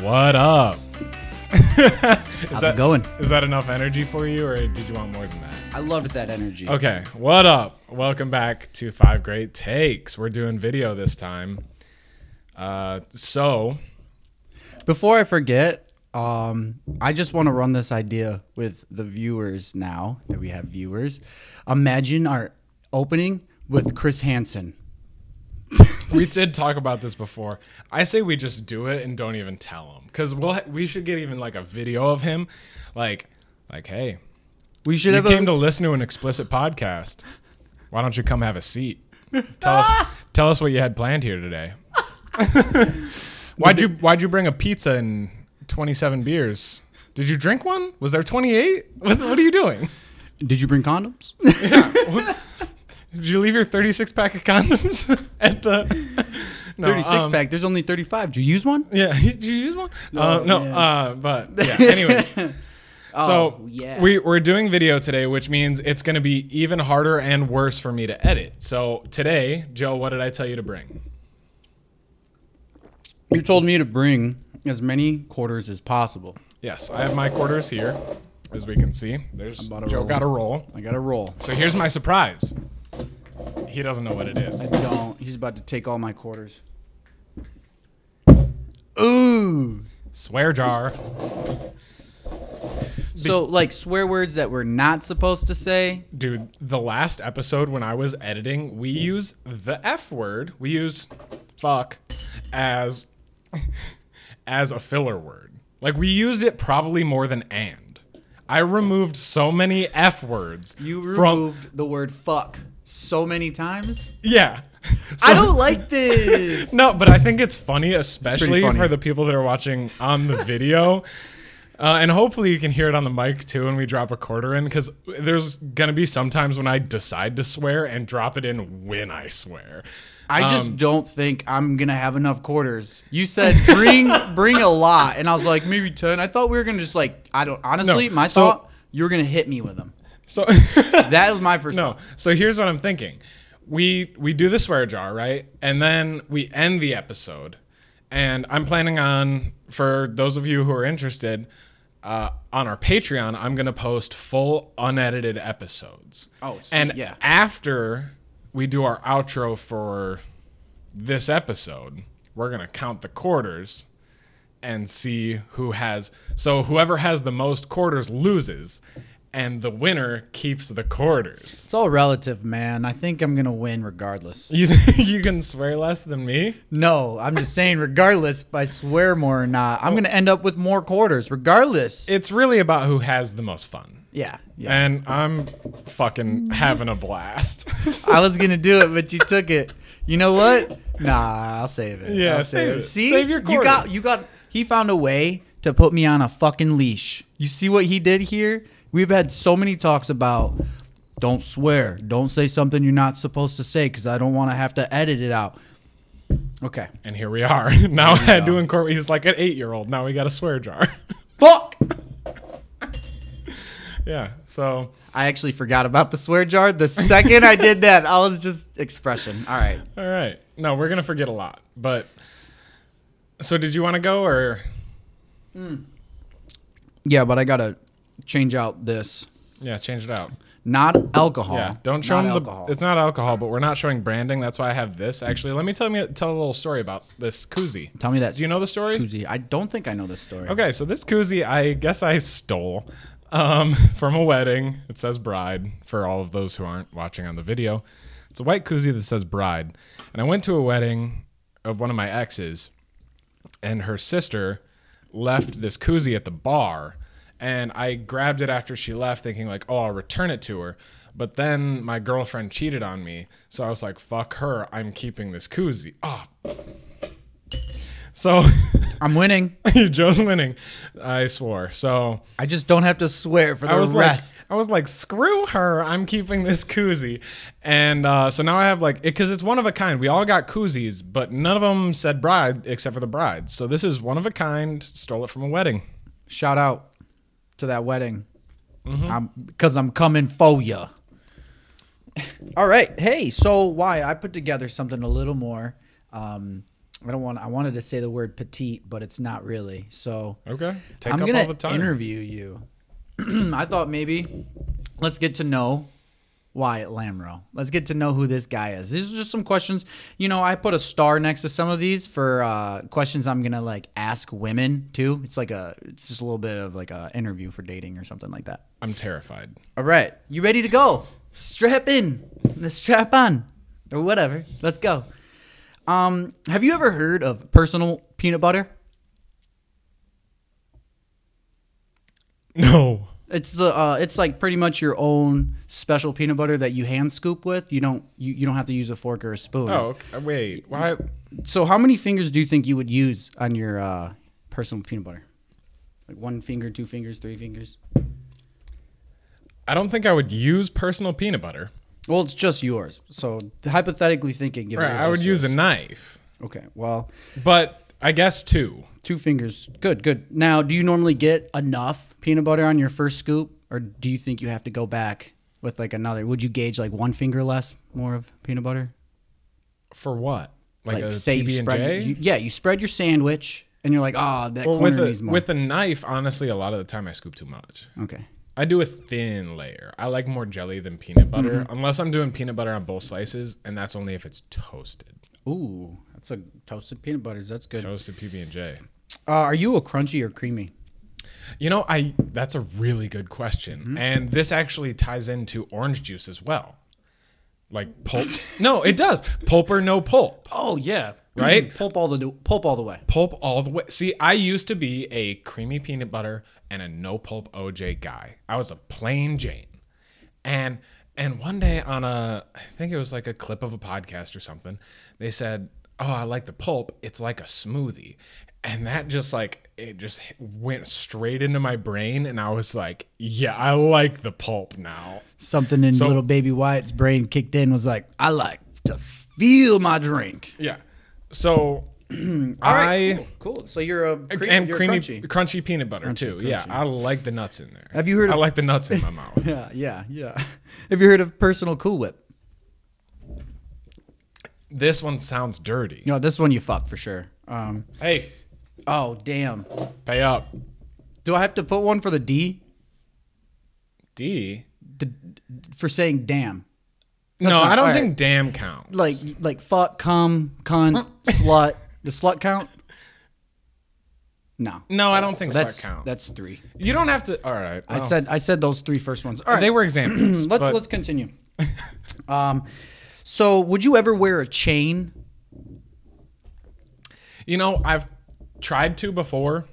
What up? is How's that it going? Is that enough energy for you, or did you want more than that? I loved that energy. Okay, what up? Welcome back to Five Great Takes. We're doing video this time. Uh, so Before I forget, um, I just want to run this idea with the viewers now that we have viewers. Imagine our opening with Chris Hansen. we did talk about this before. I say we just do it and don't even tell him, because we'll ha- we should get even like a video of him, like like hey, We should you have came a, to listen to an explicit podcast. Why don't you come have a seat? Tell us tell us what you had planned here today. why'd you why'd you bring a pizza and 27 beers? Did you drink one? Was there 28? What, what are you doing? Did you bring condoms? Um, Did you leave your 36 pack of condoms at the no, 36 um, pack. There's only 35. Do you use one? Yeah, did you use one? No, uh, no man. uh, but yeah. Anyways, so Oh, yeah. we we're doing video today, which means it's going to be even harder and worse for me to edit. So today, Joe, what did I tell you to bring? You told me to bring as many quarters as possible. Yes, I have my quarters here, as we can see. There's about to Joe roll. got a roll. I got to roll. So here's my surprise. He doesn't know what it is. I don't. He's about to take all my quarters. Ooh. Swear jar. So, like swear words that we're not supposed to say. Dude, the last episode when I was editing, we Mm. use the F word. We use fuck as as a filler word. Like we used it probably more than and. I removed so many F words. You from removed the word fuck so many times. Yeah. I So- don't like this. No, but I think it's funny, especially funny. for the people that are watching on the video. Uh, and hopefully you can hear it on the mic too when we drop a quarter in, because there's gonna be sometimes when I decide to swear and drop it in when I swear. I just don't think I'm gonna have enough quarters. You said bring bring a lot, and I was like maybe ten. I thought we were gonna just like I don't honestly. No, my so- thought you were gonna hit me with them. So That was my first. no. thought. So here's what I'm thinking. We we do the swear jar, right? And then we end the episode. And I'm planning on for those of you who are interested, uh, on our Patreon, I'm gonna post full unedited episodes. Oh, sweet, and yeah. after we do our outro for this episode, we're gonna count the quarters and see who has. So whoever has the most quarters loses, and the winner keeps the quarters. It's all relative, man. I think I'm gonna win regardless. You think you can swear less than me? No, I'm just saying regardless if I swear more or not. I'm gonna end up with more quarters regardless. It's really about who has the most fun. yeah, yeah. And I'm fucking having a blast. I was gonna do it, but you took it. You know what? Nah, I'll save it. Yeah, I'll save it. See, Save your you quarter. got, you got. He found a way to put me on a fucking leash. You see what he did here? We've had so many talks about don't swear, don't say something you're not supposed to say, because I don't want to have to edit it out. Okay. and here we are. Now I had go. to incorporate. He's like an eight-year-old. Now we got a swear jar. Fuck. yeah. So I actually forgot about the swear jar. The second I did that, I was just expression. All right. all right. No, we're gonna forget a lot. But so did you want to go or? Yeah, but I gotta change out this. Yeah, change it out. Not alcohol. Yeah, don't show Not them alcohol. the. It's not alcohol, but we're not showing branding. That's why I have this. Actually, let me tell me tell a little story about this koozie. Tell me that. Do you know the story? koozie. I don't think I know this story. Okay, so this koozie, I guess I stole um, from a wedding. It says bride for all of those who aren't watching on the video. It's a white koozie that says bride, and I went to a wedding of one of my exes, and her sister left this koozie at the bar and i grabbed it after she left thinking like oh i'll return it to her but then my girlfriend cheated on me so i was like fuck her i'm keeping this koozie oh. so I'm winning. joe's winning i swore so I just don't have to swear for the I was rest. like, I was like, screw her. I'm keeping this koozie, and uh, so now I have like, because it's one of a kind. We all got koozies, but none of them said bride except for the bride. So this is one of a kind. Stole it from a wedding. Shout out to that wedding. Mm-hmm. I'm because I'm coming for ya. All right. Hey, so why I put together something a little more um, I don't want. I wanted to say the word petite, but it's not really. So Okay. Take I'm up gonna all the time. interview you. I thought maybe let's get to know Wyatt Lamro. Let's get to know who this guy is. These are just some questions. You know, I put a star next to some of these for uh, questions I'm gonna like ask women too. It's like a, it's just a little bit of like a interview for dating or something like that. I'm terrified. All right, you ready to go? Strap in, let's strap on, or whatever. Let's go. Um, have you ever heard of personal peanut butter? No. It's the uh, it's like pretty much your own special peanut butter that you hand scoop with. You don't you, you don't have to use a fork or a spoon. Oh, okay. wait. Why? So how many fingers do you think you would use on your uh, personal peanut butter? Like one finger, two fingers, three fingers. I don't think I would use personal peanut butter. Well, it's just yours. So hypothetically thinking, give Right. I would use a knife, Okay, well, but I guess two. two fingers. Good, good. Now, do you normally get enough peanut butter on your first scoop, or do you think you have to go back with like another? Would you gauge like one finger less, more of peanut butter? For what? Like, like a say you PB and spread J. you, yeah you spread your sandwich and you're like ah that Well, with corner a needs more with a knife, honestly, a lot of the time I scoop too much. okay I do a thin layer. I like more jelly than Mm-hmm. peanut butter, unless I'm doing peanut butter on both slices, and that's only if it's toasted. ooh that's a toasted peanut butters that's good uh, Toasted PB and J. are you a crunchy or creamy You know, I that's a really good question. Mm-hmm. And this actually ties into orange juice as well. Like pulp. no, it does. Pulp or no pulp. oh yeah Right? pulp all the pulp all the way Pulp all the way. See, I used to be a creamy peanut butter and a no pulp OJ guy. I was a plain Jane. And and one day on a I think it was like a clip of a podcast or something, they said, "Oh, I like the pulp. It's like a smoothie." And that just like it just hit- went straight into my brain and I was like, "Yeah, I like the pulp now." something in So- little baby Wyatt's brain kicked in was like I like to feel my drink Yeah. So all I right cool, cool. so you're a cream, and you're creamy crunchy. crunchy, peanut butter too. Yeah, I like the nuts in there. Have you heard I of- like the nuts in my mouth. yeah yeah yeah have you heard of personal cool whip This one sounds dirty. no this one you fuck for sure um Hey, oh damn pay up. do I have to put one for the D D. the, for saying damn. no, not- I don't all think right. damn counts. Like like fuck, cum, cunt, slut. The slut count? No. no, I don't think That's that counts. that's three. you don't have to. All right. I well, said I said those three first ones. All Oh. right. Mm, they were examples. let's but let's continue. um so would you ever wear a chain? you know I've tried to before,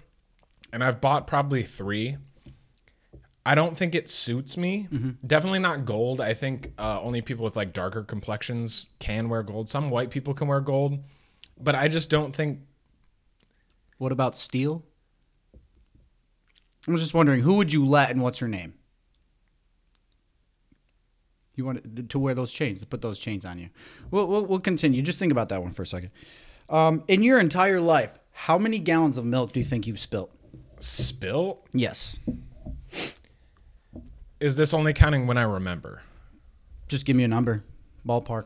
and I've bought probably three. I don't think it suits me. Mm-hmm. Definitely not gold. I think uh, only people with like darker complexions can wear gold. Some white people can wear gold, but I just don't think What about steel? I was just wondering who would you let and what's her name? You want to wear those chains, to put those chains on you. We'll, we'll, we'll continue. Just think about that one for a second. Um, in your entire life, how many gallons of milk do you think you've spilt? spill. Yes. Is this only counting when I remember? Just give me a number. Ballpark.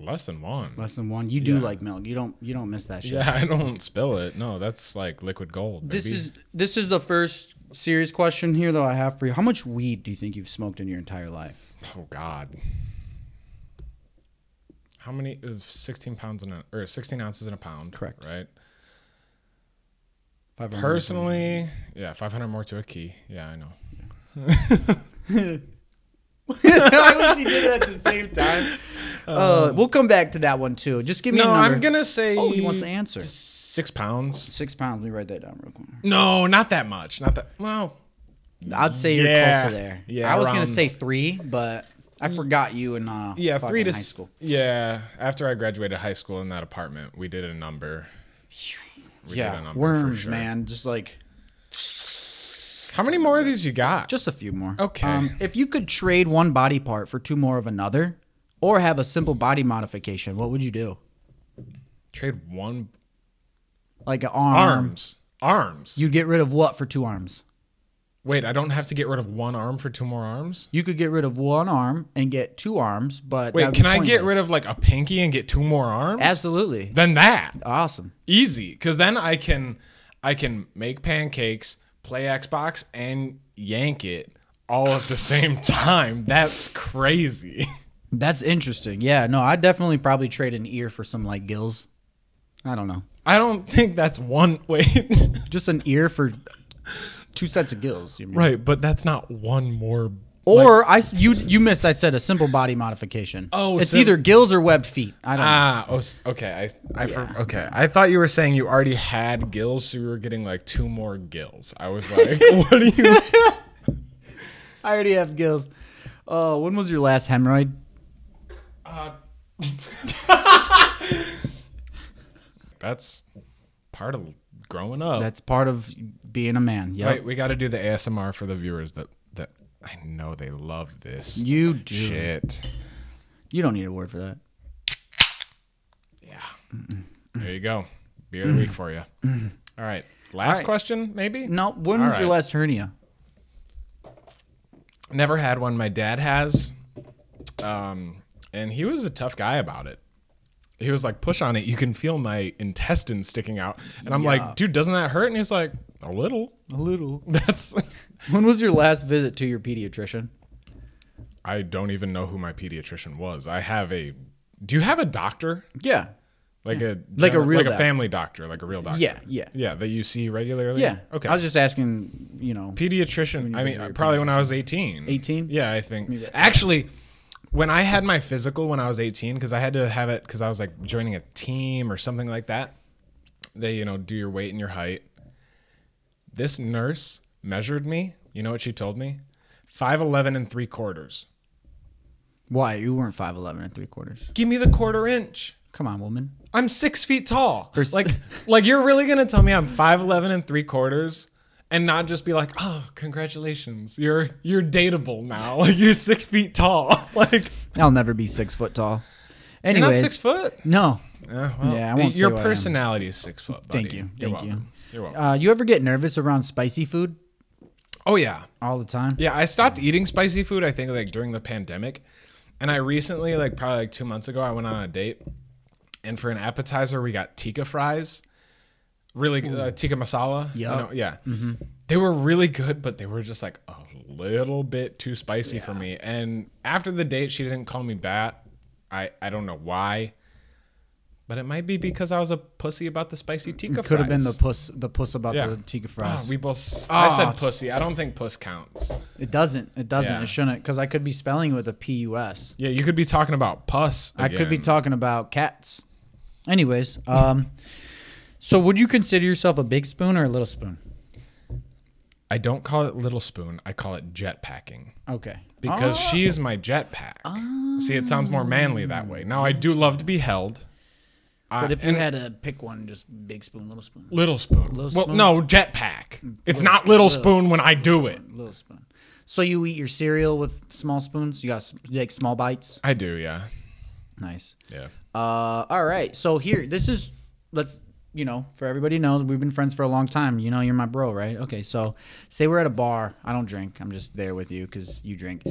Less than one. Less than one. You do like milk. You don't you don't miss that shit. Yeah, I don't spill it. No, that's like liquid gold. This baby. is this is the first serious question here that I have for you. How much weed do you think you've smoked in your entire life? oh god. How many is sixteen pounds in a or sixteen ounces in a pound? Correct. Right. Five hundred. Personally, yeah, five hundred more to a key. Yeah, I know. I wish you did it at the same time. Uh, we'll come back to that one too. Just give me No, a number. I'm gonna say. Oh, he wants to answer. Six pounds. Six pounds. Let me write that down real quick. No, not that much. Not that. Well, I'd say Yeah. you're closer there. Yeah, I was gonna around- say three, but I forgot you in uh yeah, three fucking to high s- school. Yeah, after I graduated high school in that apartment, we did a number. We did a Yeah, number for worms, sure. man. Just like How many more of these you got? just a few more. Um, Okay. if you could trade one body part for two more of another, or have a simple body modification, what would you do? Trade one Like an arm. arms. Arms. You'd get rid of what for two arms? Wait, I don't have to get rid of one arm for two more arms? You could get rid of one arm and get two arms, but Wait, that'd be can I get pointless. rid of like a pinky and get two more arms? Absolutely. Then that. Awesome. Easy, cuz then I can I can make pancakes, play Xbox and yank it all at the same time. That's crazy. That's interesting. Yeah, no, I definitely probably trade an ear for some like gills. I don't know. I don't think that's one wait. Just an ear for two sets of gills. You mean. Right, but that's not one more. like- Or I s- you you missed. I said a simple body modification. Oh, it's sim- either gills or webbed feet. I don't. know. ah, oh, s- okay. I, I for, okay. I thought you were saying you already had gills, so you were getting like two more gills. I was like, what are you? I already have gills. Oh, when was your last hemorrhoid? That's part of growing up. That's part of being a man. Yep. Wait, we got to do the ASMR for the viewers that that I know they love this You do. shit. You don't need a word for that. Yeah. There you go. Beer of the week for you. All right. Last right. question, maybe. No. When All was your right. last hernia? Never had one. My dad has. Um, and he was a tough guy about it. He was like, push on it. You can feel my intestines sticking out. And I'm Yeah. like, dude, doesn't that hurt? And he's like, a little. A little. That's. When was your last visit to your pediatrician? I don't even know who my pediatrician was. I have a. Do you have a doctor? Yeah. Like a Like a general- real like a doc- family doctor, like a real doctor. Yeah. Yeah. Yeah, that you see regularly. Yeah. Okay. I was just asking. You know. pediatrician. I mean, probably when I was 18. 18? Yeah, I think. Actually, when I had my physical when I was 18, because I had to have it because I was like joining a team or something like that. They, you know, do your weight and your height. This nurse measured me. You know what she told me? 5'11 and three quarters. Why you weren't five eleven and three quarters? Give me the quarter inch. Come on, woman. I'm six feet tall. There's- like, like you're really gonna tell me I'm five eleven and three quarters, and not just be like, oh, congratulations, you're you're dateable now. Like you're six feet tall. Like I'll never be six foot tall. you're Anyways, not six foot. no. Yeah, well, Yeah, I won't say your what I am. personality is six foot. buddy. Thank you, You're thank you. welcome. You're welcome. Uh, you ever get nervous around spicy food oh yeah, all the time? yeah. I stopped eating spicy food. I think like during the pandemic, and I recently, like probably like two months ago, I went on a date, and for an appetizer we got tikka fries, really good, uh, tikka masala. Yup. Mm-hmm. know, yeah. They were really good, but they were just like a little bit too spicy for me. And after the date, she didn't call me back. I I don't know why. But it might be because I was a pussy about the spicy tikka Could fries. have been the puss, the puss about Yeah. the tikka Ah, fries. we both. s- I Ah. said pussy. I don't think puss counts. it doesn't. It doesn't. Yeah. It shouldn't. Because I could be spelling it with a P U S. Yeah, you could be talking about puss. I could be again. talking about cats. Anyways, um, so would you consider yourself a big spoon or a little spoon? I don't call it little spoon. I call it jetpacking Okay. because Oh. she is my jetpack. See, it sounds more manly that way. Now I do love to be held. I- But if you and had to pick one, just big spoon, little spoon, little spoon. Little well, spoon? no jetpack. It's not little, little spoon when I do it. little spoon. So you eat your cereal with small spoons? You got s- like small bites? I do, yeah, Nice. yeah. Uh, all right. So here, this is let's you know for everybody knows we've been friends for a long time. You know you're my bro, right? Okay. So say we're at a bar. I don't drink. I'm just there with you because you drink.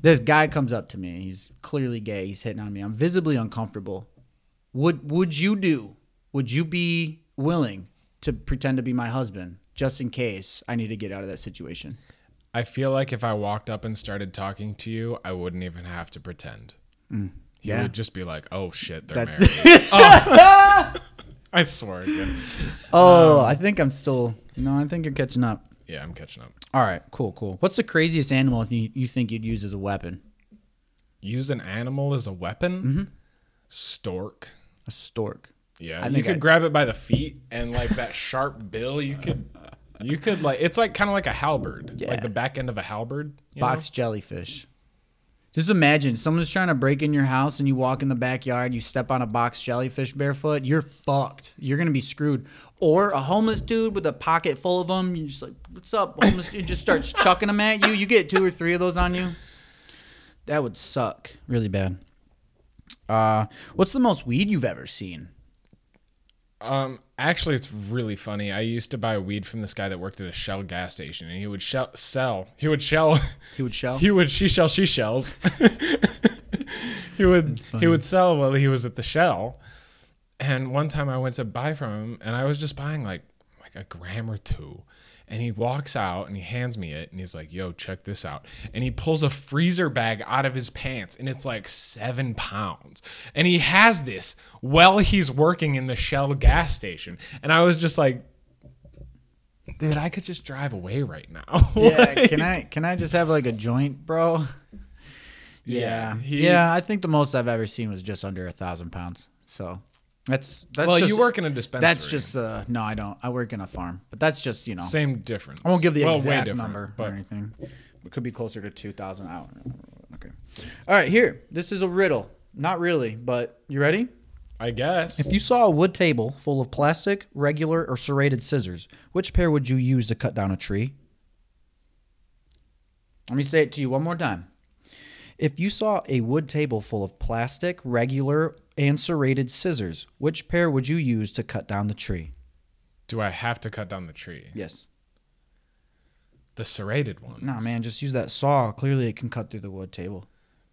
This guy comes up to me. He's clearly gay. He's hitting on me. I'm visibly uncomfortable. Would would you do? Would you be willing to pretend to be my husband just in case I need to get out of that situation? I feel like if I walked up and started talking to you, I wouldn't even have to pretend. You Mm. yeah. would just be like, "Oh shit, they're That's- married." oh. I swear. Yeah. Oh, I think I'm still. No, I think you're catching up. yeah, I'm catching up. All right, cool, cool. What's the craziest animal you, you think you'd use as a weapon? Use an animal as a weapon. Mm-hmm. Stork. A stork. Yeah, I you think could I- grab it by the feet and like that sharp bill. You could, you could like it's like kind of like a halberd, Yeah. like the back end of a halberd. you know? Box jellyfish. Just imagine someone's trying to break in your house and you walk in the backyard, you step on a box jellyfish barefoot, you're fucked. You're gonna be screwed. Or a homeless dude with a pocket full of them, you just like, what's up, homeless dude? Just starts chucking them at you. You get two or three of those on you. That would suck really bad. Uh, what's the most weed you've ever seen? Um, actually, it's really funny. I used to buy weed from this guy that worked at a Shell gas station, and he would shell, sell. He would shell. He would shell. He would she shell she shells. he would he would sell while he was at the Shell. And one time I went to buy from him, and I was just buying like like a gram or two. And he walks out and he hands me it, and he's like, "Yo, check this out." And he pulls a freezer bag out of his pants, and it's like seven pounds. And he has this while he's working in the Shell gas station. And I was just like, "Dude, I could just drive away right now." yeah, can I can I just have like a joint, bro? Yeah, yeah. he- I think the most I've ever seen was just under a thousand pounds. So that's that's well, just, you work in a dispensary. That's just uh no, I don't. I work in a farm, but that's just you know. same difference. I won't give the Well, way exact different, number or but anything. It could be closer to two thousand out. Okay. All right, here. This is a riddle. Not really, but you ready? I guess If you saw a wood table full of plastic, regular, or serrated scissors, which pair would you use to cut down a tree? Let me say it to you one more time. If you saw a wood table full of plastic, regular, and serrated scissors, which pair would you use to cut down the tree? do I have to cut down the tree? Yes. The serrated one. Nah, man, just use that saw. Clearly, it can cut through the wood table.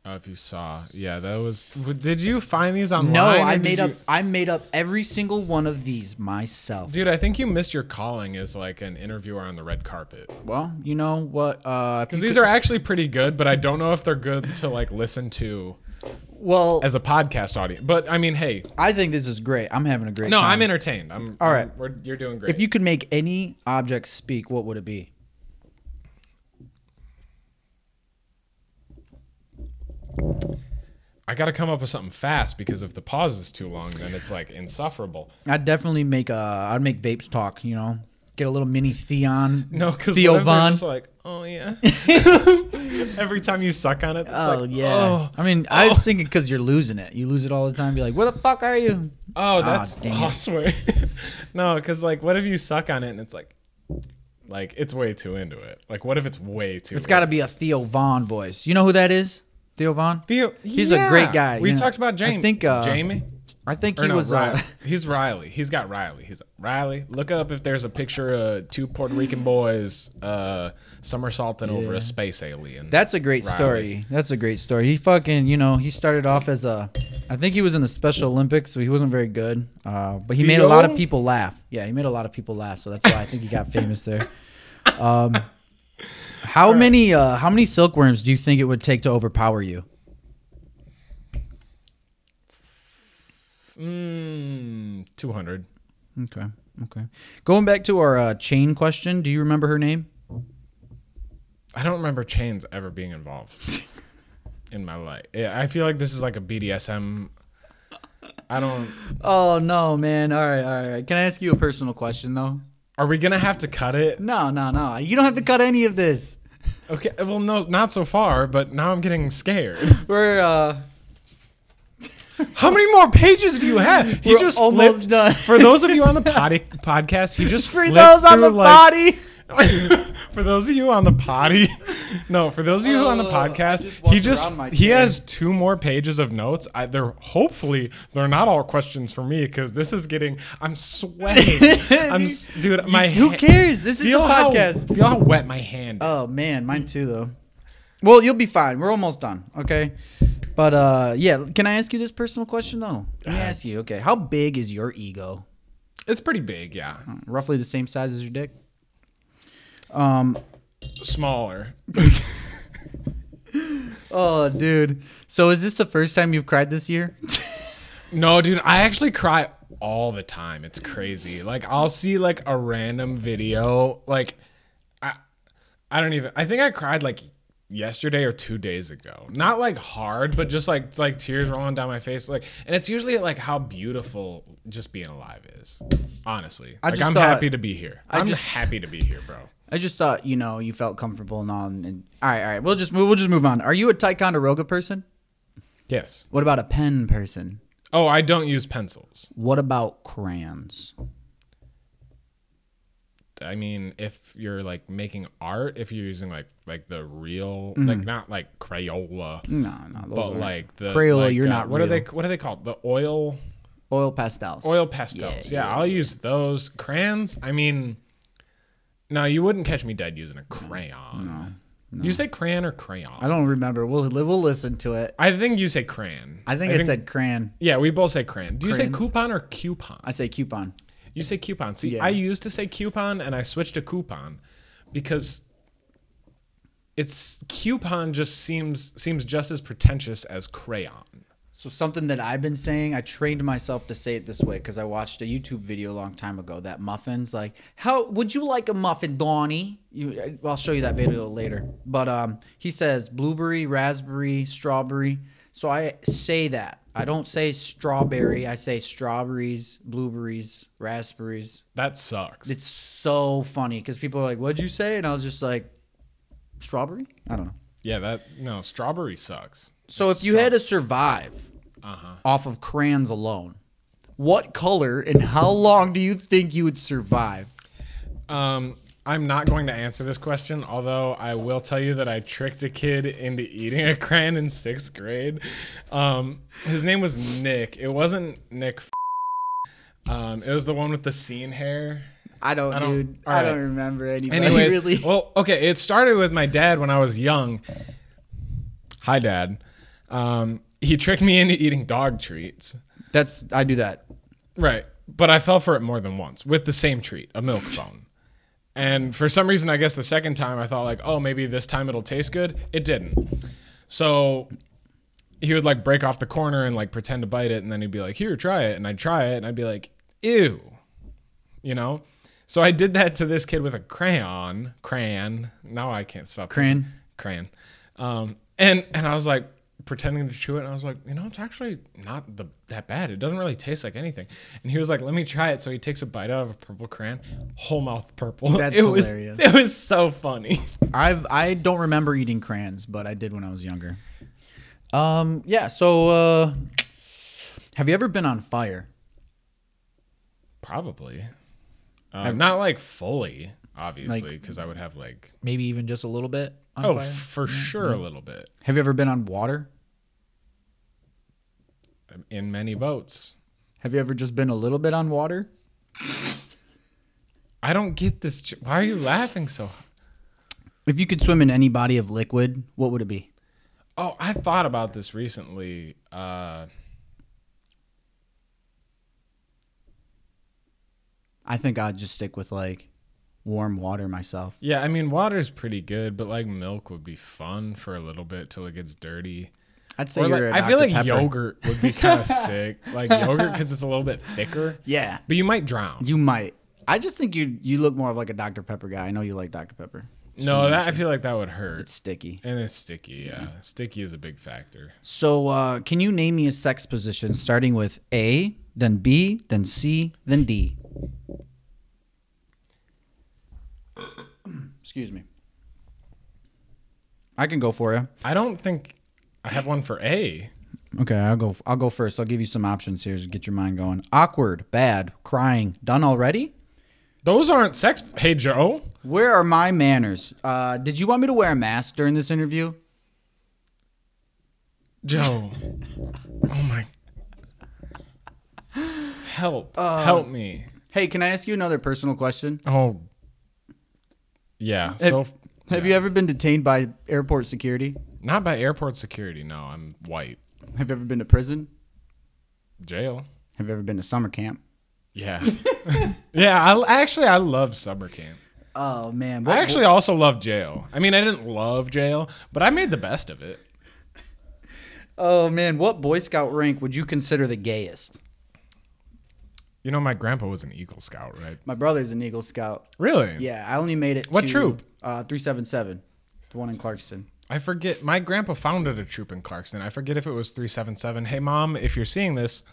Oh, if you saw, yeah, that was. w- Did you find these online? No, or I did made you- up. I made up every single one of these myself. Dude, I think you missed your calling as like an interviewer on the red carpet. Well, you know what? Uh, if you Because these are actually pretty good, but I don't know if they're good to like listen to could- well, as a podcast audience. But I mean, hey, I think this is great. I'm having a great no, time. I'm entertained. I'm All right. We're, you're doing great. If you could make any object speak, what would it be? I got to come up with something fast because if the pause is too long, then it's like insufferable. I'd definitely make a. I'd make vapes talk. You know, get a little mini Theon. No, because Theo Theo Von. Von. Just like, oh yeah. Every time you suck on it, it's Oh like, yeah. Oh, I mean, I was thinking because you're losing it. You lose it all the time. Be like, where the fuck are you? oh, that's damn. awesome. no, because like, what if you suck on it and it's like, like it's way too into it. Like, what if it's way too? It's got to be a Theo Vaughn voice. You know who that is? Theo Vaughn. Theo. He's a great guy, We you know. talked about Jamie. I think, uh, Jamie. I think Or he no, was. Riley. Uh, he's Riley. He's got Riley. He's Riley. Look up if there's a picture of two Puerto Rican boys uh, somersaulting over a space alien. That's a great Riley. story. That's a great story. He fucking, you know, he started off as a, I think he was in the Special Olympics, so he wasn't very good. Uh, but he made a lot of Theo? people laugh. Yeah, he made a lot of people laugh, so that's why I think he got famous there. Um, how many, uh, how many silkworms do you think it would take to overpower you? mm, two hundred. Okay, okay. Going back to our uh, chain question, do you remember her name? I don't remember chains ever being involved in my life. Yeah, I feel like this is like a BDSM. I don't. Oh no, man! All right, all right. Can I ask you a personal question though? Are we gonna have to cut it? No, no, no. You don't have to cut any of this. Okay. Well, no, not so far. But now I'm getting scared. We're uh, How many more pages do you have? He We're just almost flipped- done. For those of you on the potty podcast, he just for flipped those on through, the like- body. for those of you on the potty, no. For those of you on the Uh, podcast, just he walked just around my he chair. has two more pages of notes. I, they're hopefully they're not all questions for me because this is getting. I'm sweating. I'm s- dude. My who ha- cares? This is the Feel how- podcast. Feel how wet my hand. is. Oh man, mine too though. Well, you'll be fine. We're almost done. Okay. But uh yeah, can I ask you this personal question though? Let me Uh-huh. ask you. Okay. How big is your ego? it's pretty big. Yeah, Roughly the same size as your dick? Um smaller. oh dude. So is this the first time you've cried this year? No, dude, I actually cry all the time. It's crazy. Like I'll see like a random video. Like I I don't even I think I cried like yesterday or 2 days ago. Not like hard, but just like like tears rolling down my face like and it's usually like how beautiful just being alive is. Honestly. like just I'm thought- happy to be here. I I'm just- happy to be here, bro. I just thought, you know, you felt comfortable and all and, and all right, all right. We'll just move we'll just move on. Are you a Ticonderoga person? Yes. What about a pen person? Oh, I don't use pencils. What about crayons? I mean, if you're like making art, if you're using like like the real, like not like Crayola, No, no, Mm-hmm. those but are like the Crayola, like, you're uh, not What are real. they? What are they called? The oil oil pastels. Oil pastels. Yeah, Yeah, I'll use those. Crayons, I mean, no, you wouldn't catch me dead using a crayon. You say crayon or crayon? Mm. I don't remember. We'll we'll listen to it. I think you say crayon. I think I, said crayon. Yeah, we both say crayon. Do you say Crayons. coupon or coupon? I say coupon. You say coupon. See, Yeah. I used to say coupon and I switched to coupon because it's coupon just seems seems just as pretentious as crayon. So something that I've been saying, I trained myself to say it this way because I watched a YouTube video a long time ago that muffins like, how would you like a muffin, Donnie? You, I- I'll show you that video later. But um, he says blueberry, raspberry, strawberry. So I say that. I don't say strawberry. I say strawberries, blueberries, raspberries. That sucks. It's so funny because people are like, "What'd you say?" And I was just like, "Strawberry." I don't know. yeah, that no, strawberry sucks. So if you had to survive Uh-huh. off of crayons alone, what color and how long do you think you would survive? Um, I'm not going to answer this question, although I will tell you that I tricked a kid into eating a crayon in sixth grade. Um, his name was Nick. It wasn't Nick. F- um, it was the one with the scene hair. I don't, don't- dude. all I right. don't remember anybody Anyways, really. well, okay, it started with my dad when I was young. Hi, Dad. Um, he tricked me into eating dog treats. That's I do that. Right. But I fell for it more than once with the same treat, a milk phone. and for some reason, I guess the second time I thought like, oh, maybe this time it'll taste good. It didn't. So he would like break off the corner and like pretend to bite it, and then he'd be like, here, try it. And I'd try it, and I'd be like, ew. You know? So I did that to this kid with a crayon. Crayon. Now I can't stop. Crayon. Crayon. Um, and and I was like pretending to chew it, and I was like, you know, it's actually not the, that bad. It doesn't really taste like anything. And he was like, let me try it. So he takes a bite out of a purple crayon, whole mouth purple. That's it was, hilarious. It was so funny. I've I don't remember eating crayons, but I did when I was younger. Um yeah, so uh have you ever been on fire? Probably. Uh, not like fully, obviously, because I would have like Maybe even just a little bit on oh fire? Mm-hmm. for sure a little bit have you ever been on water? in many boats. Have you ever just been a little bit on water? I don't get this. j- Why are you laughing so? h- If you could swim in any body of liquid, what would it be? Oh, I thought about this recently. Uh, I think I'd just stick with like warm water myself. Yeah, I mean water's pretty good, but like milk would be fun for a little bit till it gets dirty. I'd say Or you're. like, a I feel Dr. like Pepper. yogurt would be kind of sick, like yogurt because it's a little bit thicker. Yeah, But you might drown. you might. I just think you you look more of like a Dr Pepper guy. I know you like Dr Pepper. no, that I feel like that would hurt, It's Mm-hmm. sticky. and it's sticky. Yeah. sticky is a big factor. So, uh, can you name me a sex position starting with A, then B, then C, then D? Excuse me. I can go for you. I don't think I have one for A. Okay, I'll go. I'll go first. I'll give you some options here to get your mind going. Awkward, bad, crying, done already. Those aren't sex. Hey Joe, Where are my manners? Uh, did you want me to wear a mask during this interview? Joe. oh my. Help! Uh, Help me! Hey, can I ask you another personal question? Oh. Yeah. So. have have you ever been detained by airport security? Not by airport security. No, I'm white. Have you ever been to prison? Jail. Have you ever been to summer camp? Yeah. yeah. I actually I love summer camp. Oh man, I actually also love jail. I mean, I didn't love jail, but I made the best of it. oh man, what Boy Scout rank would you consider the gayest? You know, my grandpa was an Eagle Scout, right? My brother's an Eagle Scout. Really? Yeah, I only made it. What to, troop? Uh, three seven seven, the one in Clarkston. I forget. My grandpa founded a troop in Clarkston. I forget if it was 377. Hey, mom, if you're seeing this,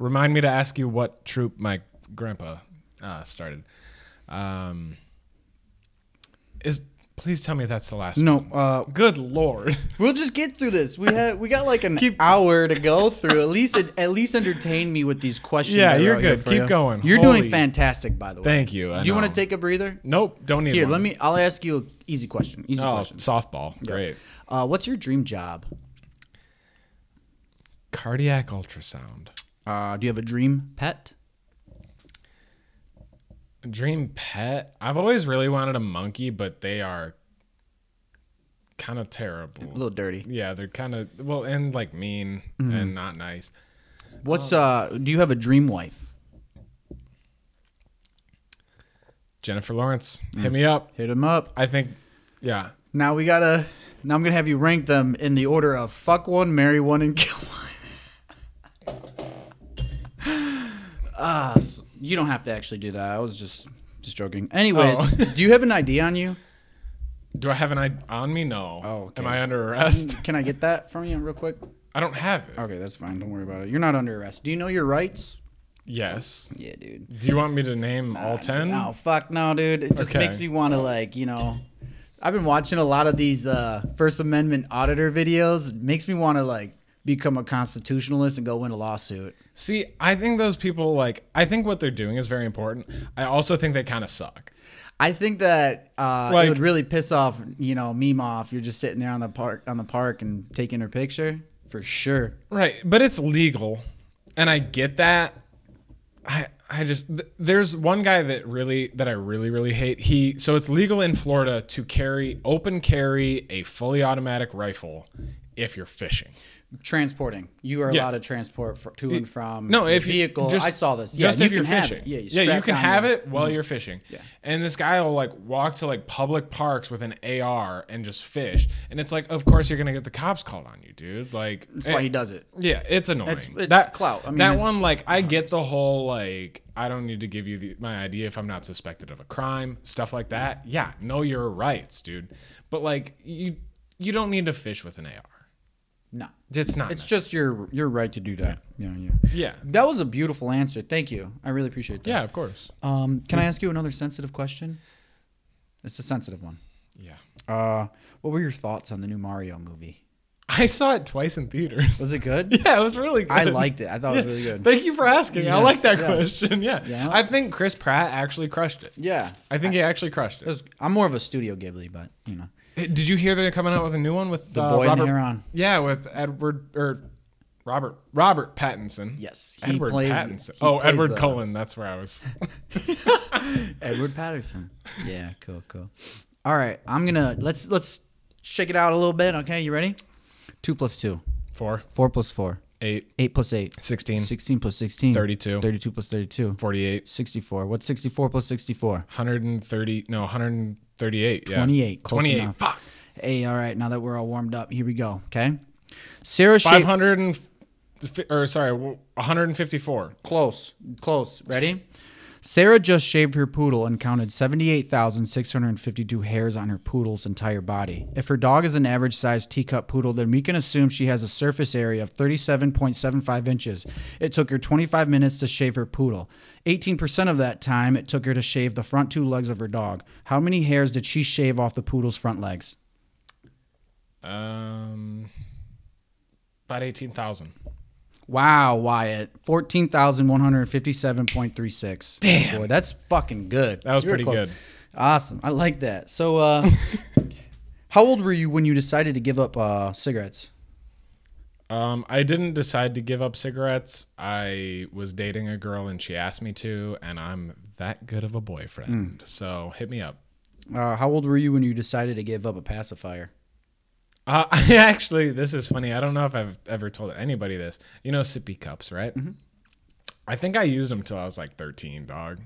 remind me to ask you what troop my grandpa uh, started. Um, is please tell me that's the last No, one. uh, Good lord. We'll just get through this. We have we got like an Keep- hour to go through. At least at least entertain me with these questions. Yeah, I you're wrote here good. for Keep you. going. You're Holy- doing fantastic, by the way. Thank you. I Do you want know. to take a breather? Nope, don't need Here, one. let me. I'll ask you an easy question. Easy Oh, question. softball. Great. Uh, what's your dream job? Cardiac ultrasound. Uh, do you have a dream pet? Dream pet. I've always really wanted a monkey, but they are kind of terrible. A little dirty. Yeah, they're kind of well and like mean and not nice. Oh. What's uh? Do you have a dream wife? Jennifer Lawrence, Mm. hit me up. Hit him up. I think, yeah, Now we gotta. Now I'm gonna have you rank them in the order of fuck one, marry one, and kill one. Ah, s you don't have to actually do that. I was just just joking. Anyways, Oh. do you have an ID on you? Do I have an ID on me? No. Oh, okay. Mm. Am I under arrest? Can I get that from you real quick? I don't have it. Okay, that's fine. Don't worry about it. You're not under arrest. Do you know your rights? Yes. Yeah, dude. Do you want me to name all ten? No, Ah, oh, fuck no, dude. It just Okay. makes me want to like, you know. I've been watching a lot of these uh, First Amendment auditor videos. It makes me want to like become a constitutionalist and go win a lawsuit. See, I think those people like. I think what they're doing is very important. I also think they kind of suck. I think that uh, it Like- would really piss off, you know, meme off. You're just sitting there on the park on the park and taking her picture for sure. Right, but it's legal, and I get that. I I just th- there's one guy that really that I really really hate. He so it's legal in Florida to carry open carry a fully automatic rifle if you're fishing. Transporting, you are Yeah. allowed to transport fr to and from No, your if you- vehicle. just- I saw this. Just yeah, if you you are can have fishing. it. Yeah, you, yeah, you strap can on have your- it while you're fishing. Yeah. And this guy will like walk to like public parks with an AR and just fish. And it's like, of course you're gonna get the cops called on you, dude. Like eh, That's why he does it. yeah, it's annoying. it's clout. I mean, that it's- one, like, I get the whole like, I don't need to give you the, my idea if I'm not suspected of a crime, stuff like Mm-hmm. that. Yeah, know your rights, dude. But like, you you don't need to fish with an AR. No, It's not. it's necessary. just your your right to do that. Yeah, yeah. yeah, That was a beautiful answer. Thank you. I really appreciate that. yeah, of course. Um, can I ask you another sensitive question? It's a sensitive one. Yeah, Uh, what were your thoughts on the new Mario movie? I saw it twice in theaters. Was it good? Yeah, it was really good. I liked it. I thought it was really good. Thank you for asking. I Yes, like that yes. question. Yeah. Yeah. I think Chris Pratt actually crushed it. Yeah. I think he actually crushed It it. was, I'm more of a Studio Ghibli, but you know, Hey, Did you hear they're coming out with a new one with The uh, Boy and Robert, the Heron. Yeah, with Edward or Robert Robert Pattinson. Yes, he Edward plays- Pattinson. he Oh, plays Edward the- Cullen. That's where I was. Edward Patterson. Yeah, cool, cool. All right, I'm gonna let's let's shake it out a little bit. Okay, you ready? Two plus two, Four, four plus four, eight, eight plus eight, 16, sixteen plus sixteen, 32, thirty-two plus thirty-two, 48, 64. What's sixty-four plus sixty-four? 130, no, 138. Yeah. 28, close 28. enough. Fuck. Hey, all right. Now that we're all warmed up, here we go. Okay. Sarah Schaefer. 500 and, f- or sorry, 154. Close. Close. Ready? Sarah just shaved her poodle and counted 78,652 hairs on her poodle's entire body. If her dog is an average sized teacup poodle, then we can assume she has a surface area of 37.75 inches. It took her 25 minutes to shave her poodle. 18% of that time, it took her to shave the front two legs of her dog. How many hairs did she shave off the poodle's front legs? Um, about 18,000. Wow, Wyatt. 14,157.36. Damn. Boy, that's fucking good. That was You were pretty good. Awesome. I like that. So, uh, how old were you when you decided to give up uh, cigarettes? Um, I didn't decide to give up cigarettes. I was dating a girl and she asked me to, and I'm that good of a boyfriend. Hmm. So hit me up. Uh, how old were you when you decided to give up a pacifier? Uh, I actually, this is funny. I don't know if I've ever told anybody this. You know, sippy cups, right? Mm-hmm. I think I used them till I was like 13, dog.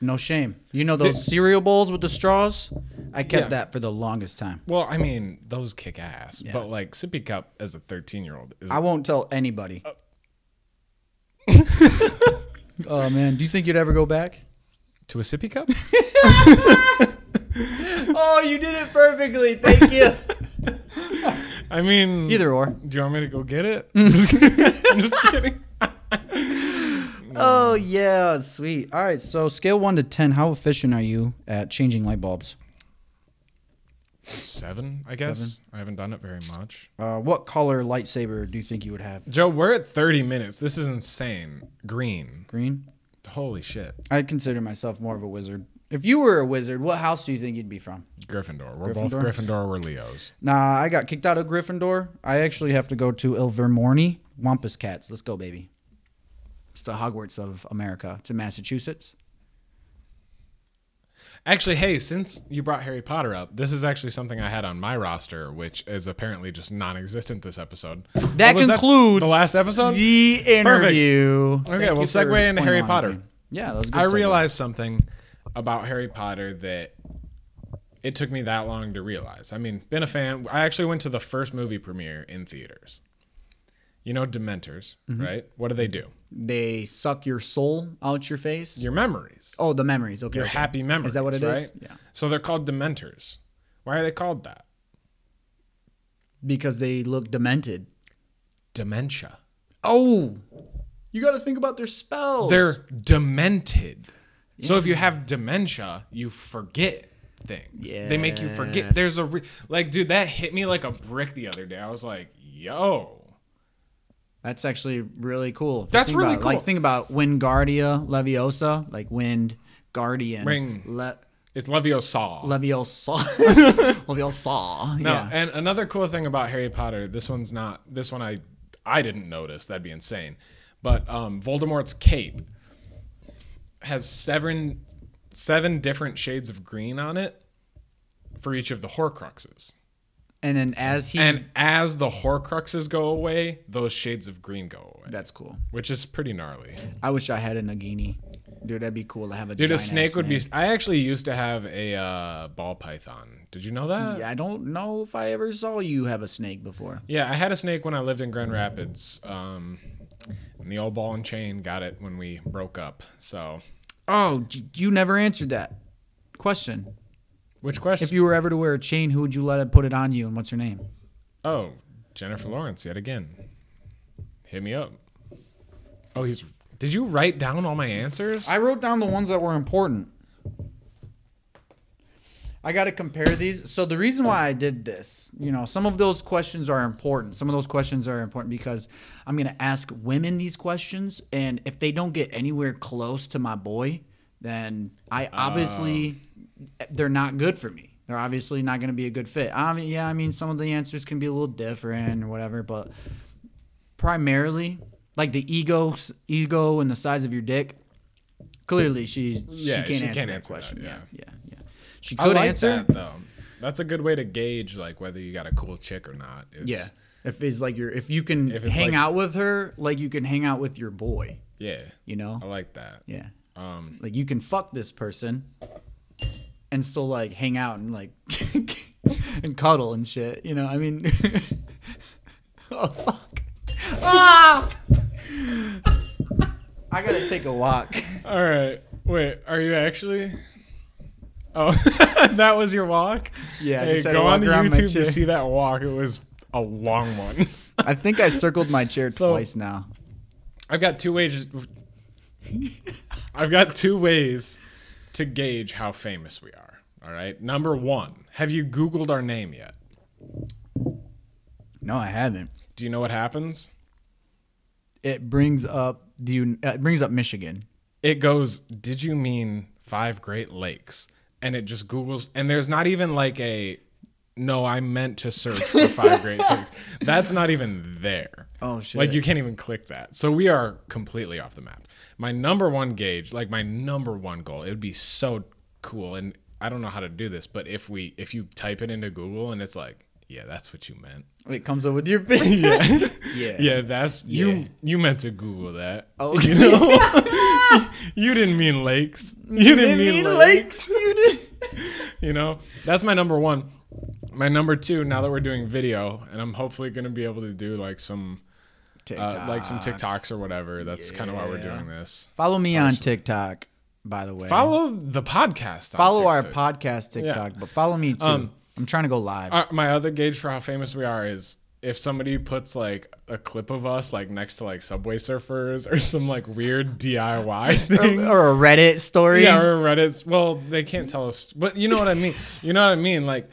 No shame. You know those cereal bowls with the straws? I kept Yeah. that for the longest time. Well, I mean, those kick ass, but like sippy cup as a 13 year old is. I won't tell anybody. oh man, do you think you'd ever go back? to a sippy cup? Oh, you did it perfectly. Thank you. I mean, Either or. Do you want me to go get it? Mm. I'm just kidding. I'm just kidding. Oh yeah, sweet. All right, so scale 1 to 10, how efficient are you at changing light bulbs? Seven, I guess. I haven't done it very much. Uh, what color lightsaber do you think you would have? Joe, we're at 30 minutes. This is insane. Green. Green. Holy shit. I consider myself more of a wizard. If you were a wizard, what house do you think you'd be from? Gryffindor. We're both Gryffindor? Gryffindor. We're Leos. Nah, I got kicked out of Gryffindor. I actually have to go to Ilvermorny. Wampus Cats. Let's go, baby. the Hogwarts of America. It's in Massachusetts. Actually, hey, since you brought Harry Potter up, this is actually something I had on my roster, which is apparently just non-existent this episode. That was concludes the last episode. The interview. Thank we'll you segue for into pointing Harry out Potter. to me. Yeah, that was a good. I segue. realized something about Harry Potter that it took me that long to realize. I mean, been a fan. I actually went to the first movie premiere in theaters. You know, Dementors, Mm-hmm. right? What do they do? they suck your soul out your face. Your memories, oh, the memories. Okay. your okay. happy memories. Is that what it it is? is? Yeah. So they're called Dementors. Why are they called that? Because they look demented. Dementia. Oh, you got to think about their spells. They're demented. So if you have dementia, you forget things. They make you forget. Yes. There's a re- like, dude, that hit me like a brick the other day. I was like, yo. That's actually really cool. Just That's think really about it. Like cool. think about Wingardia Leviosa, like Wind Guardian. Ring. Le- It's Leviosa. Leviosa. Leviosa. no, Yeah. and another cool thing about Harry Potter, this one's not this one I I didn't notice. That'd be insane. But um, Voldemort's cape has seven seven different shades of green on it for each of the Horcruxes. And then as he And as the Horcruxes go away, those shades of green go away, That's cool. which is pretty gnarly. I wish I had a Nagini. Dude, that'd be cool to have a Dude, a giant-ass snake would be. I actually used to have a uh, ball python. Did you know that? Yeah, I don't know if I ever saw you have a snake before. Yeah, I had a snake when I lived in Grand Rapids. Um, and the old ball and chain got it when we broke up. So, Oh, j- you never answered that question. which question? If you were ever to wear a chain, who would you let it put it on you, and what's her name? oh, Jennifer Lawrence yet again. Hit me up. Oh, he's. Did you write down all my answers? I wrote down the ones that were important. I got to compare these. So the reason why I did this, you know, some of those questions are important. Some of those questions are important because I'm going to ask women these questions and if they don't get anywhere close to my boy, then I obviously they're not good for me. They're obviously not going to be a good fit. I mean, yeah, I mean some of the answers can be a little different or whatever, but primarily like the ego ego and the size of your dick clearly she Yeah, she can't she answer can't that answer that, question yeah. yeah. yeah yeah she I could like answer that, though. That's a good way to gauge like whether you got a cool chick or not. is- yeah if it's like your if you can If it's hang like- out with her like you can hang out with your boy Yeah. you know I like that. yeah Um, like you can fuck this person and still like hang out and like and cuddle and shit you know i mean oh fuck ah! i gotta take a walk all right. Wait, are you actually? Oh, that was your walk? Yeah, I Hey, just had to go on walk the around my YouTube chair. to see that walk. It was a long one. I think I circled my chair So- twice now. I've got two ways. I've got two ways to gauge how famous we are. All right. Number one, have you Googled our name yet? No, I haven't. Do you know what happens? It brings up the un- uh, it brings up Michigan. it goes, Did you mean five Great Lakes? And it just Googles, and there's not even like a, No, I meant to search for five Great Lakes. That's not even there. Oh, shit. Like you can't even click that. So we are completely off the map. My number one gauge, like my number one goal, it would be so cool. And I don't know how to do this, but if we, if you type it into Google and it's like, Yeah, that's what you meant. It comes up with your yeah. yeah. Yeah, that's Yeah. you. You meant to Google that. Oh, you know, you didn't mean lakes. You didn't mean, lakes. You did. You know, that's my number one. My number two. Now that we're doing video, and I'm hopefully going to be able to do like some, uh, like some TikToks or whatever. That's kind of why we're doing this. Follow me on TikTok, by the way. Follow the podcast. On Follow our TikTok. Um, podcast TikTok, but follow me too. I'm trying to go live. Uh, my other gauge for how famous we are is if somebody puts like a clip of us like next to like Subway Surfers or some like weird DIY thing. or a Reddit story. Yeah, or Reddit's. Well, they can't tell us, but you know what I mean. You know what I mean, like,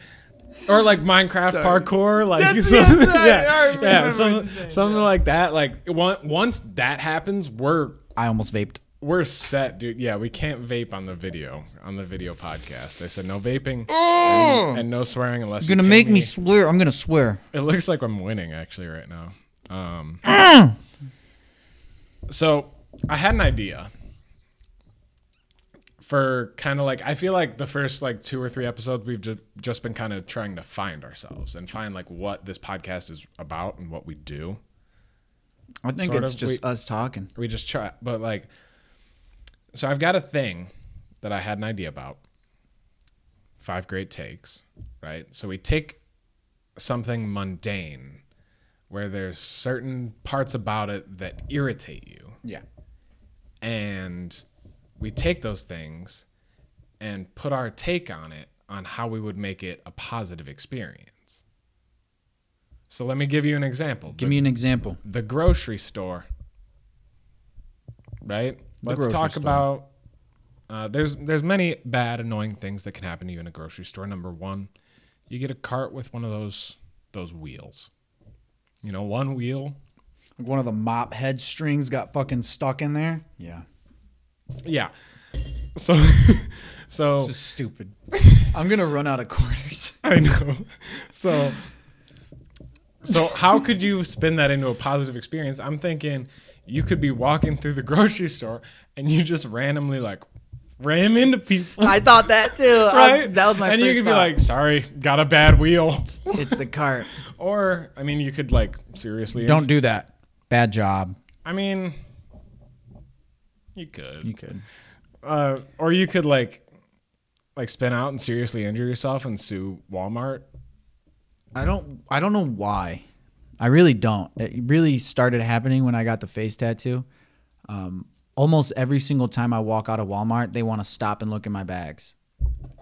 or like Minecraft parkour, like That's- some- yeah, sorry, I yeah, remember yeah, what some- you're something like that. Like on- once that happens, we're I almost vaped. we're set, dude. Yeah, we can't vape on the video on the video podcast. I said no vaping Mm. and, and no swearing unless You're you gonna pay make me swear. I'm gonna swear. it looks like I'm winning actually right now. Um, so I had an idea for kind of like I feel like the first like two or three episodes we've just just been kind of trying to find ourselves and find like what this podcast is about and what we do. I think Sort it's of, just us talking. We just try, but like, so I've got a thing that I had an idea about. Five great takes, right? So we take something mundane where there's certain parts about it that irritate you, Yeah. and we take those things and put our take on it on how we would make it a positive experience. So let me give you an example. Give me an example. the grocery store. Right? Let's grocery talk store. about uh, there's there's many bad annoying things that can happen to you in a grocery store. Number one, you get a cart with one of those those wheels. You know, one wheel. Like one of the mop head strings got fucking stuck in there. Yeah. Yeah. So so This is stupid. I'm gonna run out of quarters. I know. So so how could you spin that into a positive experience? I'm thinking you could be walking through the grocery store and you just randomly like ram into people. I thought that too. I was- right? that was my. And first you could be thought. like, "Sorry, got a bad wheel," it's the cart. or I mean, you could like seriously. Don't do that. Bad job. I mean, you could, could. uh, or you could like, like spin out and seriously injure yourself and sue Walmart. I don't. I don't know why. I really don't. It really started happening when I got the face tattoo. Um, almost every single time I walk out of Walmart, they want to stop and look in my bags,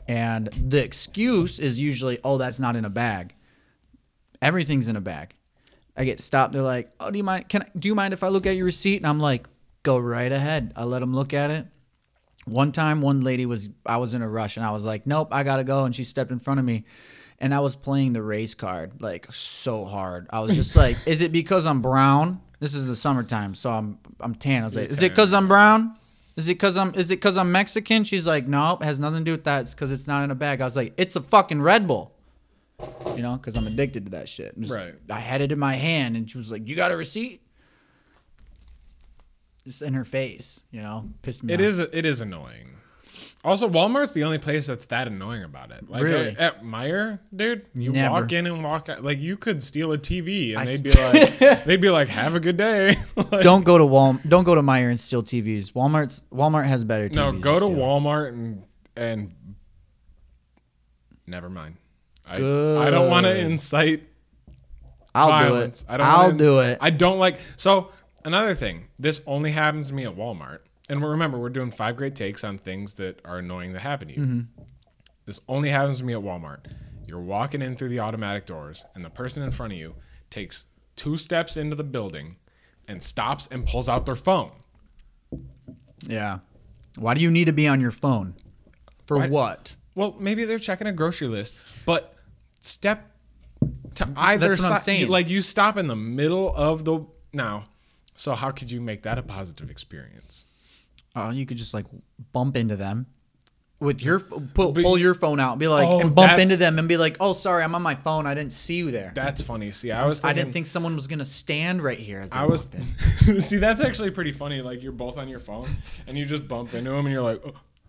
and the excuse is usually, "Oh, that's not in a bag." Everything's in a bag. I get stopped. They're like, "Oh, do you mind? Can I, do you mind if I look at your receipt?" And I'm like, "Go right ahead." I let them look at it. One time, one lady was, I was in a rush and I was like, nope, I gotta go. And she stepped in front of me and I was playing the race card like so hard. I was just like, is it because I'm brown? This is the summertime, so I'm I'm tan. I was like, is it because I'm brown? Is it because I'm is it because I'm Mexican? She's like, nope, has nothing to do with that. It's because it's not in a bag. I was like, it's a fucking Red Bull, you know, because I'm addicted to that shit. And just- Right. I had it in my hand, and she was like, you got a receipt? Just in her face, you know, pissed me. It off. is, it is annoying. Also, Walmart's the only place that's that annoying about it. Like Really? at, at Meyer, dude, you Never. walk in and walk out. Like you could steal a TV and I they'd be st- like, they'd be like, "Have a good day." Like- don't go to Wal. Don't go to Meyer and steal TVs. Walmart's Walmart has better TVs. No, go to steal. Walmart and and never mind. I, I don't want to Good. incite I'll violence. I do it. I don't will wanna- do it. I don't like. So another thing, this only happens to me at Walmart. And remember, we're doing five great takes on things that are annoying that happen to you. Mm-hmm. This only happens to me at Walmart. You're walking in through the automatic doors, and the person in front of you takes two steps into the building and stops and pulls out their phone. yeah. Why do you need to be on your phone? For what? Well, maybe they're checking a grocery list, but step to either what I'm si- saying. Like you stop in the middle of the now. So how could you make that a positive experience? Oh, you could just like bump into them with your f- pull, But- pull your phone out, and be like, Oh, and bump that's- into them and be like, oh, sorry, I'm on my phone. I didn't see you there. That's funny. See, I was I thinking, didn't think someone was gonna stand right here. As they I was walked in. see that's actually pretty funny. Like you're both on your phone and you just bump into them and you're like,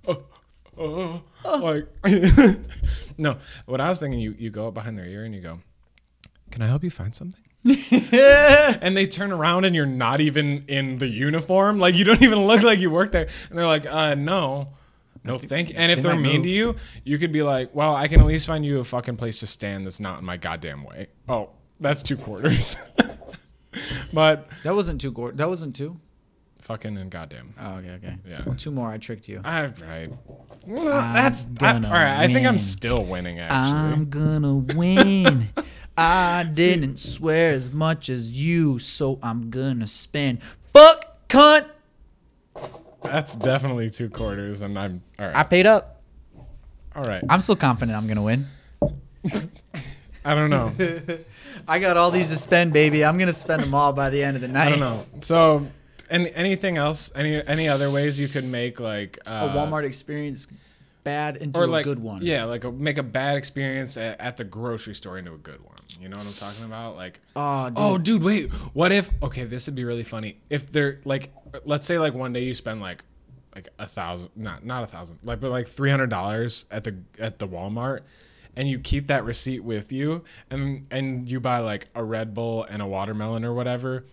oh, oh, oh. like no. What I was thinking, you you go up behind their ear and you go, "Can I help you find something?" and they turn around and you're not even in the uniform. Like you don't even look like you work there. And they're like, uh, no. No, thank you. And if they they are might mean move. to you, you could be like, well, I can at least find you a fucking place to stand that's not in my goddamn way. Oh, that's two quarters. but That wasn't too gore. That wasn't too. fucking and goddamn. Oh, okay, okay. Yeah. Well, two more. I tricked you. I, right. That's I, all gonna right. I think I'm win. still winning, Uh, actually. I'm gonna win. I didn't swear as much as you, so I'm gonna spend. Fuck, cunt. that's definitely two quarters, and I'm all I right. paid up. all right. I'm still confident I'm gonna win. I don't know. I got all these to spend, baby. I'm gonna spend them all by the end of the night. I don't know. So, any anything else? Any any other ways you could make like A uh, Walmart experience bad into or a like good one. Yeah, like a, make a bad experience at, at the grocery store into a good one. You know what I'm talking about? Like, Oh, dude. oh, dude, wait. What if? Okay, this would be really funny. If they're like, let's say like one day you spend like, like a thousand, not not a thousand, like but like three hundred dollars at the at the Walmart, and you keep that receipt with you, and and you buy like a Red Bull and a watermelon or whatever.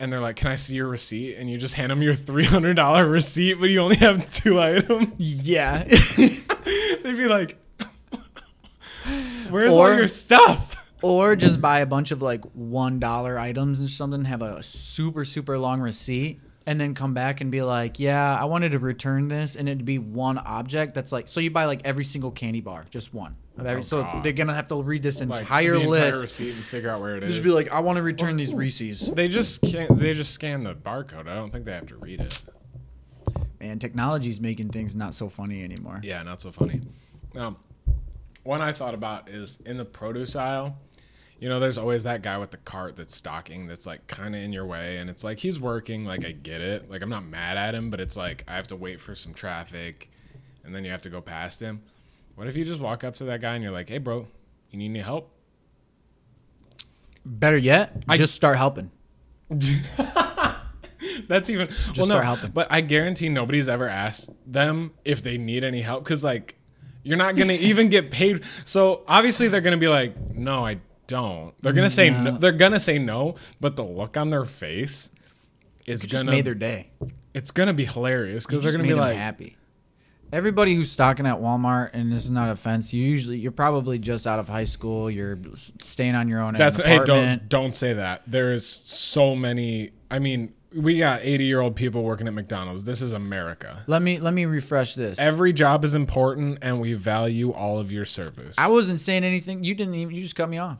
And they're like, "Can I see your receipt?" And you just hand them your three hundred dollar receipt, but you only have two items. Yeah. They'd be like, "Where's all Or- your stuff?" or just buy a bunch of like one dollar items or something, have a super super long receipt, and then come back and be like, "Yeah, I wanted to return this," and it'd be one object that's like. So you buy like every single candy bar, just one. Of every, Oh, so it's, God. Oh, they're gonna have to read this Like, entire the list. entire receipt, Oh. and figure out where it is. just be like, "I want to return these Reese's." They just can't. They just scan the barcode. I don't think they have to read it. Man, technology's making things not so funny anymore. Yeah, not so funny. Um, one I thought about is in the produce aisle. You know, there's always that guy with the cart that's stocking that's like kind of in your way, and it's like he's working. Like I get it. Like I'm not mad at him, but it's like I have to wait for some traffic, and then you have to go past him. What if you just walk up to that guy and you're like, "Hey, bro, you need any help?" Better yet, I- just start helping. That's even well, Just no, start helping. But I guarantee nobody's ever asked them if they need any help because like you're not gonna even get paid. So obviously they're gonna be like, no, I don't. They're gonna say no. No. They're gonna say no, but the look on their face is Just gonna made their day. it's gonna be hilarious because they're just gonna be made 'em like, happy. Everybody who's stocking at Walmart, and this is not offense. You usually you're probably just out of high school. You're s- staying on your own. that's in an hey, apartment. don't don't say that. There is so many. I mean, we got 80 year old people working at McDonald's. This is America. Let me let me refresh this. Every job is important, and we value all of your service. I wasn't saying anything. You didn't even. You just cut me off.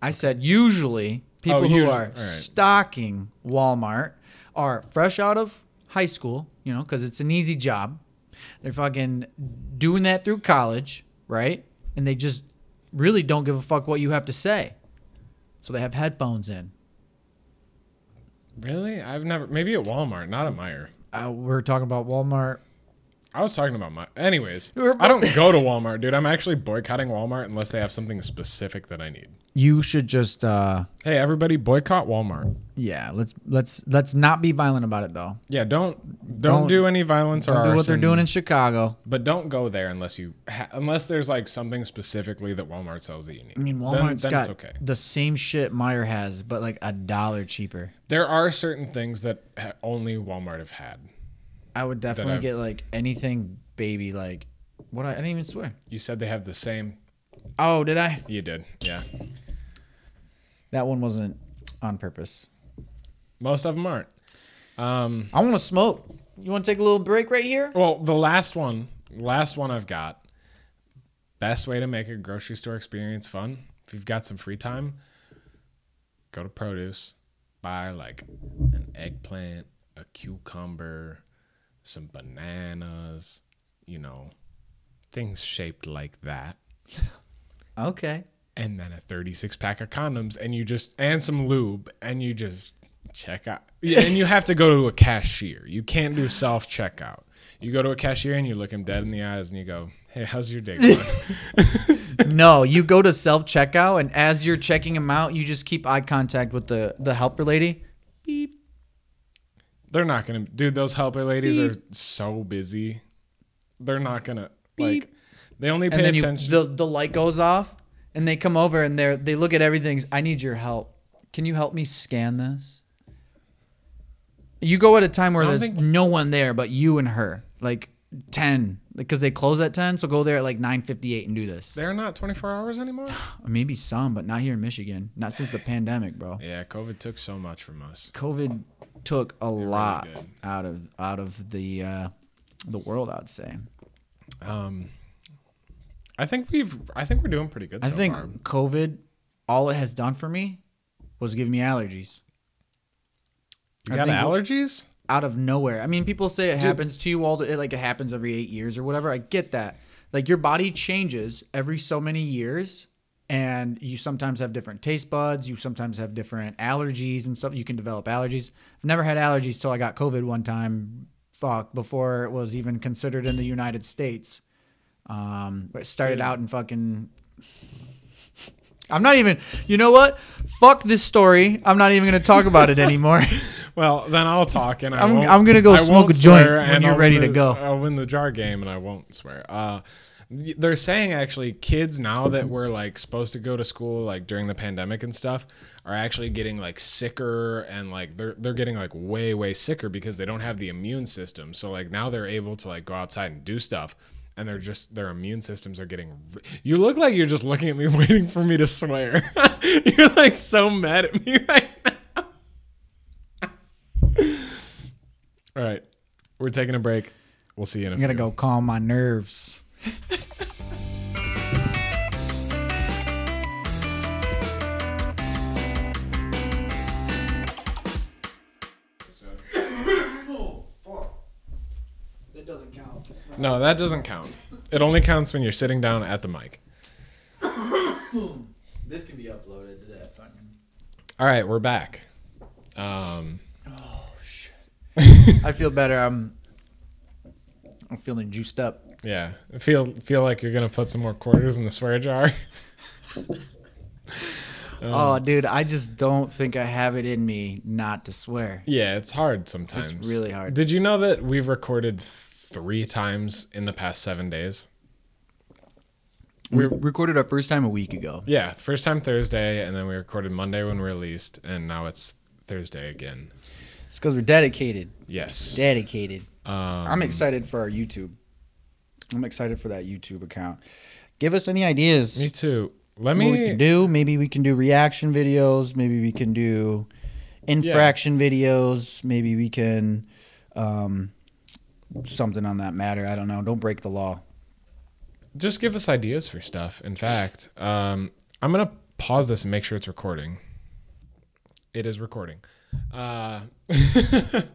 I said usually people who Oh, usually- are all right. stocking Walmart are fresh out of high school. You know, because it's an easy job. They're fucking doing that through college, right? And they just really don't give a fuck what you have to say. So they have headphones in. Really? I've never. Maybe at Walmart, not at Meyer. uh, we're talking about Walmart. I was talking about my. Anyways, We were I don't go to Walmart, dude. I'm actually boycotting Walmart unless they have something specific that I need. You should just uh Hey, everybody, boycott Walmart. yeah, let's let's let's not be violent about it though. Yeah, don't don't, Don't- do any violence or Don't do what they're arson, doing in Chicago. But don't go there unless you ha- unless there's like something specifically that Walmart sells that you need. I mean, Walmart Walmart's then, then got it's okay. the same shit Meyer has, but like a dollar cheaper. There are certain things that ha- only Walmart have had. I would definitely I've- get like anything baby like what I, I didn't even swear. You said they have the same. Oh, did I? You did, yeah. That one wasn't on purpose. Most of them aren't. Um, I want to smoke. You want to take a little break right here? Well, the last one, last one I've got. Best way to make a grocery store experience fun. If you've got some free time, go to produce, buy like an eggplant, a cucumber, some bananas, you know, things shaped like that. Okay. And then a 36 pack of condoms and you just and some lube and you just check out. Yeah, and you have to go to a cashier. You can't do self checkout. You go to a cashier and you look him dead in the eyes and you go, "Hey, how's your day going?" No, you go to self checkout, and as you're checking them out, you just keep eye contact with the the helper lady. Beep. They're not gonna, dude. Those helper ladies are so busy. They're not gonna like. Beep. They only pay And then you, attention. the the light goes off, and they come over and they they look at everything. I need your help. Can you help me scan this? You go at a time where I don't there's think- no one there but you and her, like ten, because they close at ten. So go there at like nine fifty eight and do this. Uh, They're not 24 hours anymore. Maybe some, but not here in Michigan. Not since the pandemic, bro. yeah, COVID took so much from us. COVID took a lot did. out of out of the uh, the world. I'd say. Um, I think we've. I think we're doing pretty good. I so think far. COVID, all it has done for me, was give me allergies You I got think we'll- allergies. out of nowhere. I mean, people say it happens to you all the, like it happens every eight years or whatever. I get that. Like your body changes every so many years. And you sometimes have different taste buds. You sometimes have different allergies and stuff. You can develop allergies. I've never had allergies till I got COVID one time. Fuck, before it was even considered in the United States. Um, but it started out in fucking I'm not even. You know what? Fuck this story. I'm not even going to talk about it anymore. Well, then I'll talk, and I I'm- won't- I'm gonna go I won't smoke a joint swear, when and you're I'll ready win to the- go. I'll win the jar game, and I won't swear. Uh, y- they're saying actually, kids now that were like supposed to go to school like during the pandemic and stuff are actually getting like sicker, and like they're they're getting like way way sicker because they don't have the immune system. So like now they're able to like go outside and do stuff. And they're just their immune systems are getting. r- You look like you're just looking at me, waiting for me to swear. you're like so mad at me right now. All right. We're taking a break. We'll see you in a I'm going to go calm my nerves. That doesn't count. No, that doesn't count. It only counts when you're sitting down at the mic. This can be uploaded to that fucking. All right, we're back. Um, Oh shit. I feel better. I'm. I'm feeling juiced up. yeah, feel feel like you're gonna put some more quarters in the swear jar. Oh, dude, I just don't think I have it in me not to swear. Yeah, it's hard sometimes. really hard. Did you know that we've recorded three times in the past seven days? We recorded our first time a week ago. Yeah, first time Thursday, and then we recorded Monday when we released, and now it's Thursday again. It's because we're dedicated. Yes. Dedicated. Um, I'm excited for our YouTube. I'm excited for that YouTube account. Give us any ideas. Me too. Let what me. we can do. Maybe we can do reaction videos. Maybe we can do infraction videos. Maybe we can um, something on that matter. I don't know. Don't break the law. just give us ideas for stuff. In fact, um, I'm gonna pause this and make sure it's recording. It is recording. Uh,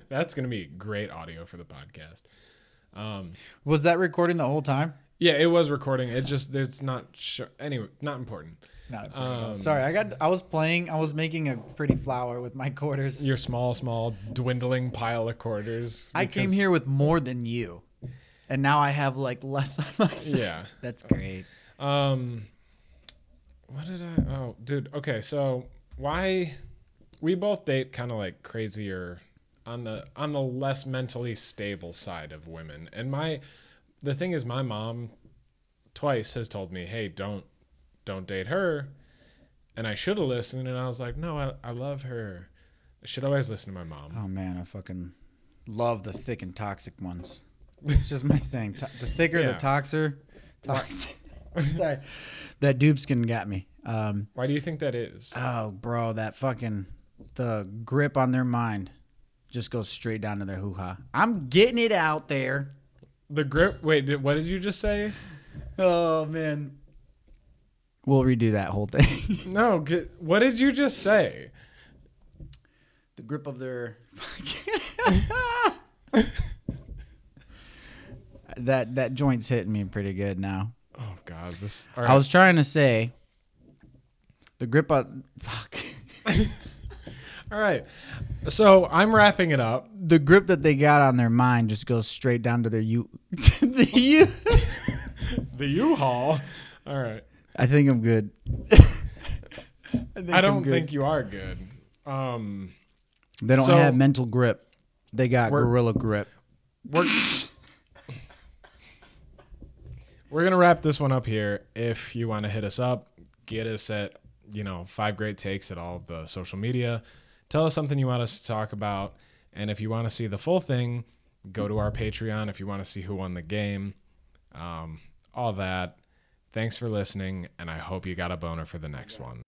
that's gonna be great audio for the podcast. Was that recording the whole time? Yeah, it was recording. It just it's not sure. Anyway, not important. Not a um, Sorry, I got. I was playing. I was making a pretty flower with my quarters. Your small, small, dwindling pile of quarters. I came because- here with more than you, and now I have like less on myself. Yeah. that's great. Um, what did I? Oh, dude. Okay, so why we both date kind of like crazier on the on the less mentally stable side of women, and my the thing is, my mom twice has told me, "Hey, don't don't date her," and I should have listened, and I was like, "No, I, I love her." I should always listen to my mom. Oh man, I fucking love the thick and toxic ones. It's just my thing. To- the thicker, the Yeah. toxer. Toxic. Sorry, that dupeskin got me. Um, Why do you think that is? oh, bro, that fucking the grip on their mind just goes straight down to their hoo ha. I'm getting it out there. The grip. Wait, did, what did you just say? Oh man, we'll redo that whole thing. No. Get, what did you just say? the grip of their that that joint's hitting me pretty good now. Oh God, this. all I right. was trying to say the grip on fuck All right. So I'm wrapping it up. the grip that they got on their mind just goes straight down to their you the you. The U-Haul. All right. I think I'm good. I, think I don't I'm good. think you are good. Um, they don't so- have mental grip. They got We're- gorilla grip. we're we're gonna wrap this one up here. If you want to hit us up, get us at you know five great takes at all of the social media. Tell us something you want us to talk about, and if you want to see the full thing, go to our Patreon. If you want to see who won the game, um, all that. Thanks for listening, and I hope you got a boner for the next one.